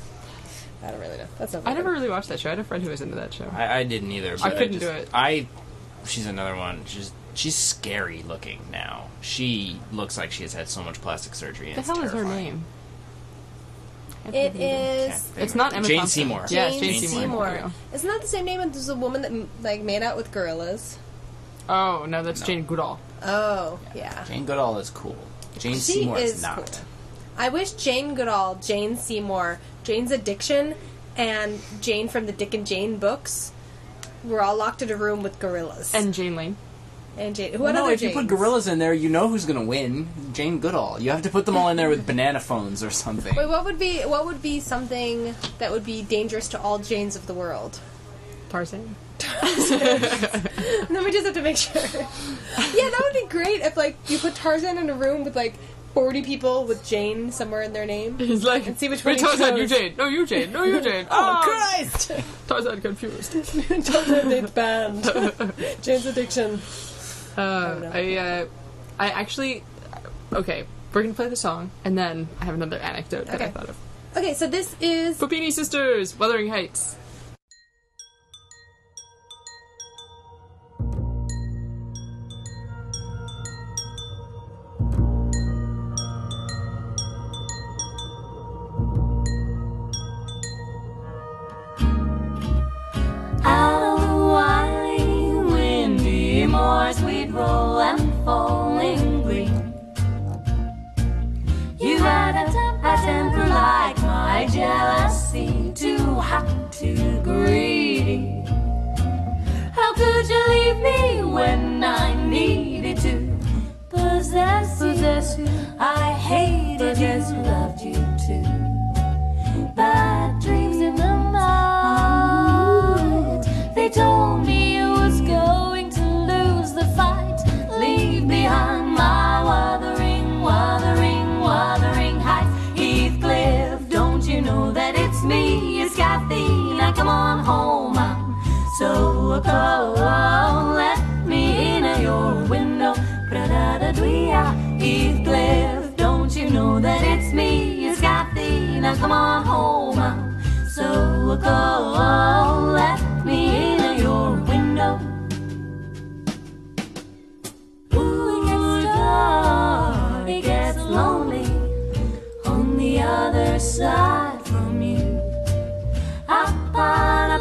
I don't really know. That's not I never really watched that show. I had a friend who was into that show. I, I didn't either. But couldn't just- do it. I. She's another one. She's she's scary looking now. She looks like she has had so much plastic surgery. And the it's hell is her terrifying. name? It is Can't It's think. not Emma Jane Thompson. Seymour. Oh. Yeah. Yes, Jane, Jane Seymour. Seymour. Yeah. Isn't that the same name as there's a woman that m- like made out with gorillas? Oh no, that's Jane Goodall. Oh, yeah. Jane Goodall is cool. Jane She Seymour is is not. cool. I wish Jane Goodall, Jane Seymour, Jane's Addiction, and Jane from the Dick and Jane books were all locked in a room with gorillas. And Jane Lane. and Jane. What no, other if you put Janes? gorillas in there, you know who's gonna win. Jane Goodall. You have to put them all in there with banana phones or something. Wait, what would be what would be something that would be dangerous to all Janes of the world? Tarzan. Then we just have to make sure. yeah, that would be great if like you put Tarzan in a room with like forty people with Jane somewhere in their name. He's like, see which one wait, he Tarzan, you chose." Jane. No, you Jane. No, you Jane. Oh Ah, Christ! Tarzan confused. Tarzan date band. Jane's addiction. Uh, I, uh, I actually, okay, we're gonna play the song, and then I have another anecdote that I Okay. thought of. Okay, so this is Pupini Sisters, Wuthering Heights. jealousy, too hot, too greedy. How could you leave me when I needed to possess, possess you? I hated you, loved you too. Bad dreams in the night. They told me I was going to lose the fight. Leave behind my wuthering, wuthering, wuthering heights. Heathcliff, don't you know that it's me? It's Kathy. Now come on home. I'm so cold. Let me in at your window. Pra-da-da-dwee-ah. Heathcliff, don't you know that it's me? It's Kathy. Now come on home. I'm so cold. Let me in at your window. Ooh, it gets dark, it gets lonely on the other side from you. I find, I find a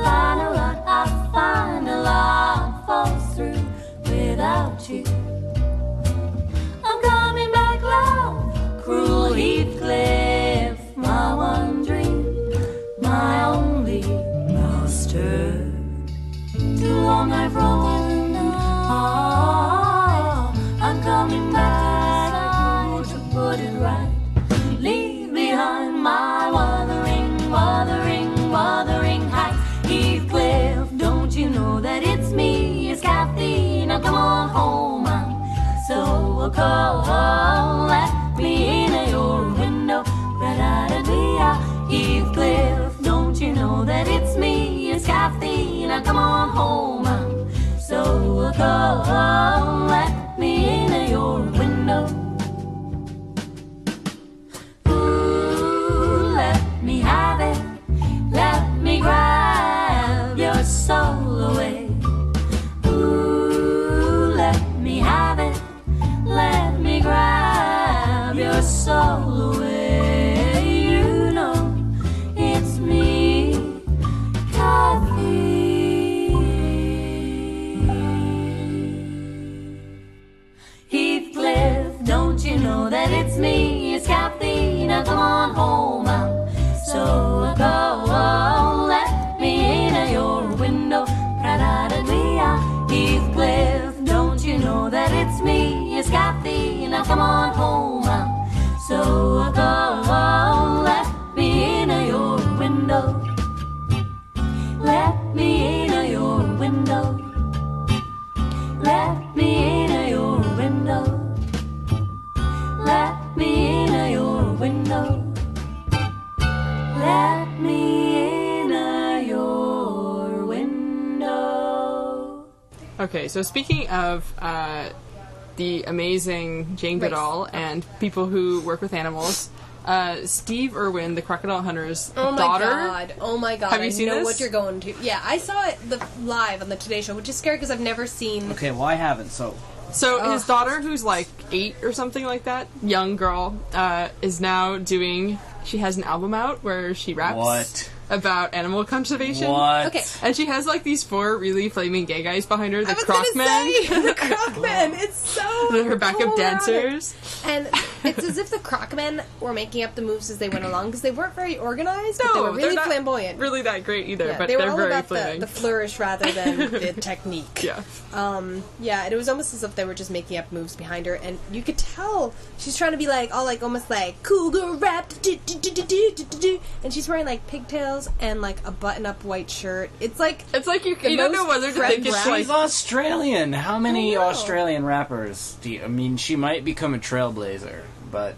lot, I find a lot falls through without you. I'm coming back loud, cruel Heathcliff, my one dream, my only master. Too long I've roamed on. I'm coming back Oh, to put it right. Leave behind my wuthering, wuthering, wuthering heights. Heathcliff, don't you know that it's me? It's Kathy. Now come on home. I'm so cold. Let me in at your window. Ra-da-da-dee-ah. Heathcliff, don't you know that it's me? It's Kathy. Now come on home. I'm so cold. Let me in at your window. Ooh, let me have it. Let me grab your soul away. Ooh, let me have it. Let me grab your soul away. You know it's me, Kathy. Heathcliff, don't you know that it's me? It's Kathy. Now come on home. I'm so cold. Let me in at your window. Pra-da-da-dee-ah. Heathcliff, don't you know that it's me? It's Kathy. Now come on home. I'm so cold. Let me in at your window. Let me in at your window. Let me in at your window. Let me in at your window. Let me in at your window. Okay, so speaking of uh, the amazing Jane Goodall and people who work with animals, uh, Steve Irwin, the crocodile hunter's Oh my daughter, god! Oh my god! Have you I seen know this? what you're going to. Yeah, I saw it the live on the Today Show, which is scary because I've never seen. Okay, well I haven't. So So his daughter, who's like eight or something like that, young girl, uh, is now doing. She has an album out where she raps What? about animal conservation. what? Okay, And she has like these four really flaming gay guys behind her, the I was gonna Crocmen, say Oh the Crocman. It's so her backup cool. dancers. and it's as if the Crocmen were making up the moves as they went along because they weren't very organized, but they were they're really not flamboyant. Really that great either, Yeah, but they were are all very about the, flaming. the flourish rather than the technique. yeah. Um, yeah, and it was almost as if they were just making up moves behind her, and you could tell she's trying to be like all like almost like cool girl rap, do, do, do, do, do, do, do, do. and she's wearing like pigtails and like a button-up white shirt. It's like It's like you, The you don't know most whether to red think it's like She's Australian. How many Oh, I know. Australian rappers do you, I mean? She might become a trailblazer, but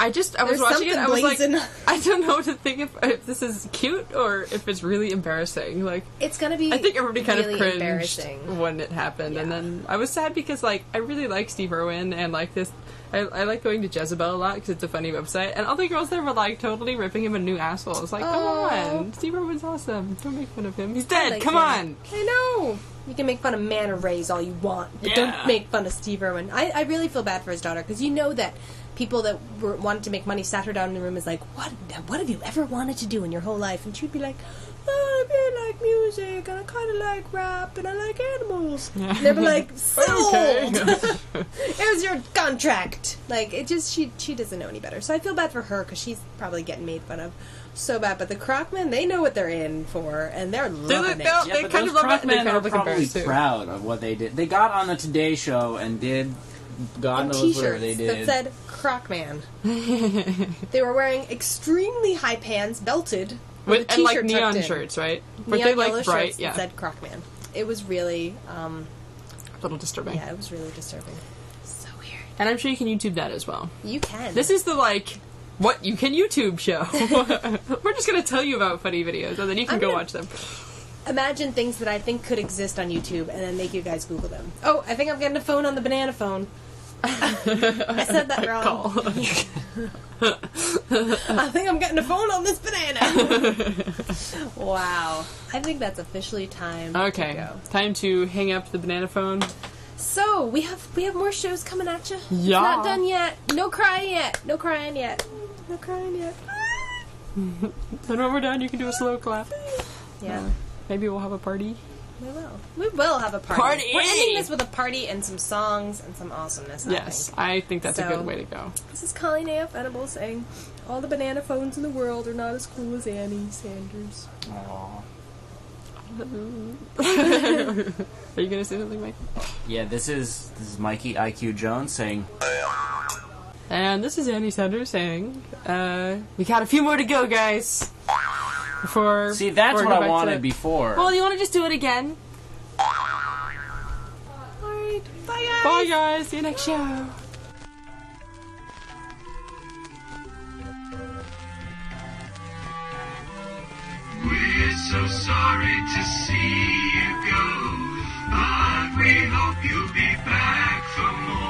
I just I was There's watching it. I was something like, blazing. I don't know what to think if, if this is cute or if it's really embarrassing. Like, it's gonna be. I think everybody kind really of cringed Embarrassing. when it happened, and then I was sad because like I really like Steve Irwin and like this. I, I like going to Jezebel a lot because it's a funny website, and all the girls there were like totally ripping him a new asshole. It's like, come on, Steve Irwin's awesome. Don't make fun of him. He's dead. like come him. on. I know. You can make fun of Manta Rays all you want, but Yeah. don't make fun of Steve Irwin. I, I really feel bad for his daughter because you know that people that were, wanted to make money sat her down in the room and was like, "What? What have you ever wanted to do in your whole life?" And she'd be like, "Oh, I'd be like like music and I kind of like rap and I like animals. And they were like, sold. Here's your contract. Like it just she she doesn't know any better. So I feel bad for her because she's probably getting made fun of so bad. But the Crocmen, they know what they're in for and they're loving it. they but kind those of love it, and they Crocmen kind are of look probably embarrassed, too. proud of what they did. They got on the Today Show and did God And knows where they t-shirts did. that said Crocman. they were wearing extremely high pants, belted, with, a With, and like t-shirt neon tucked in. shirts, right? But Neon they yellow like bright, shirts yeah. that said Crocman. It was really, um, a little disturbing. yeah, it was really disturbing. So weird. And I'm sure you can YouTube that as well. You can. This is the like what you can YouTube show. We're just gonna tell you about funny videos, and then you can I'm go gonna- watch them. imagine things that I think could exist on YouTube, and then make you guys Google them. Oh, I think I'm getting a phone on the banana phone. I said that wrong. Call. I think I'm getting a phone on this banana. wow. I think that's officially time. To okay, go. time to hang up the banana phone. So we have we have more shows coming at you. Yeah. Not done yet. No crying yet. No crying yet. No crying yet. Then when we're done, you can do a slow clap. Yeah. Maybe we'll have a party. We will. We will have a party. Party! We're ending this with a party and some songs and some awesomeness. I yes, think. I think that's So- a good way to go. This is Colleen A. F. Edible saying, "All the banana phones in the world are not as cool as Annie Sanders." Aw. Are you gonna say something, Mike? Yeah, this is this is Mikey IQ Jones saying And this is Andy Sanders saying, uh, "We got a few more to go, guys." Before See, that's before we what go I back to wanted it. before. Well, you want to just do it again? Bye, guys. See you next show. We're so sorry to see you go, but we hope you'll be back for more.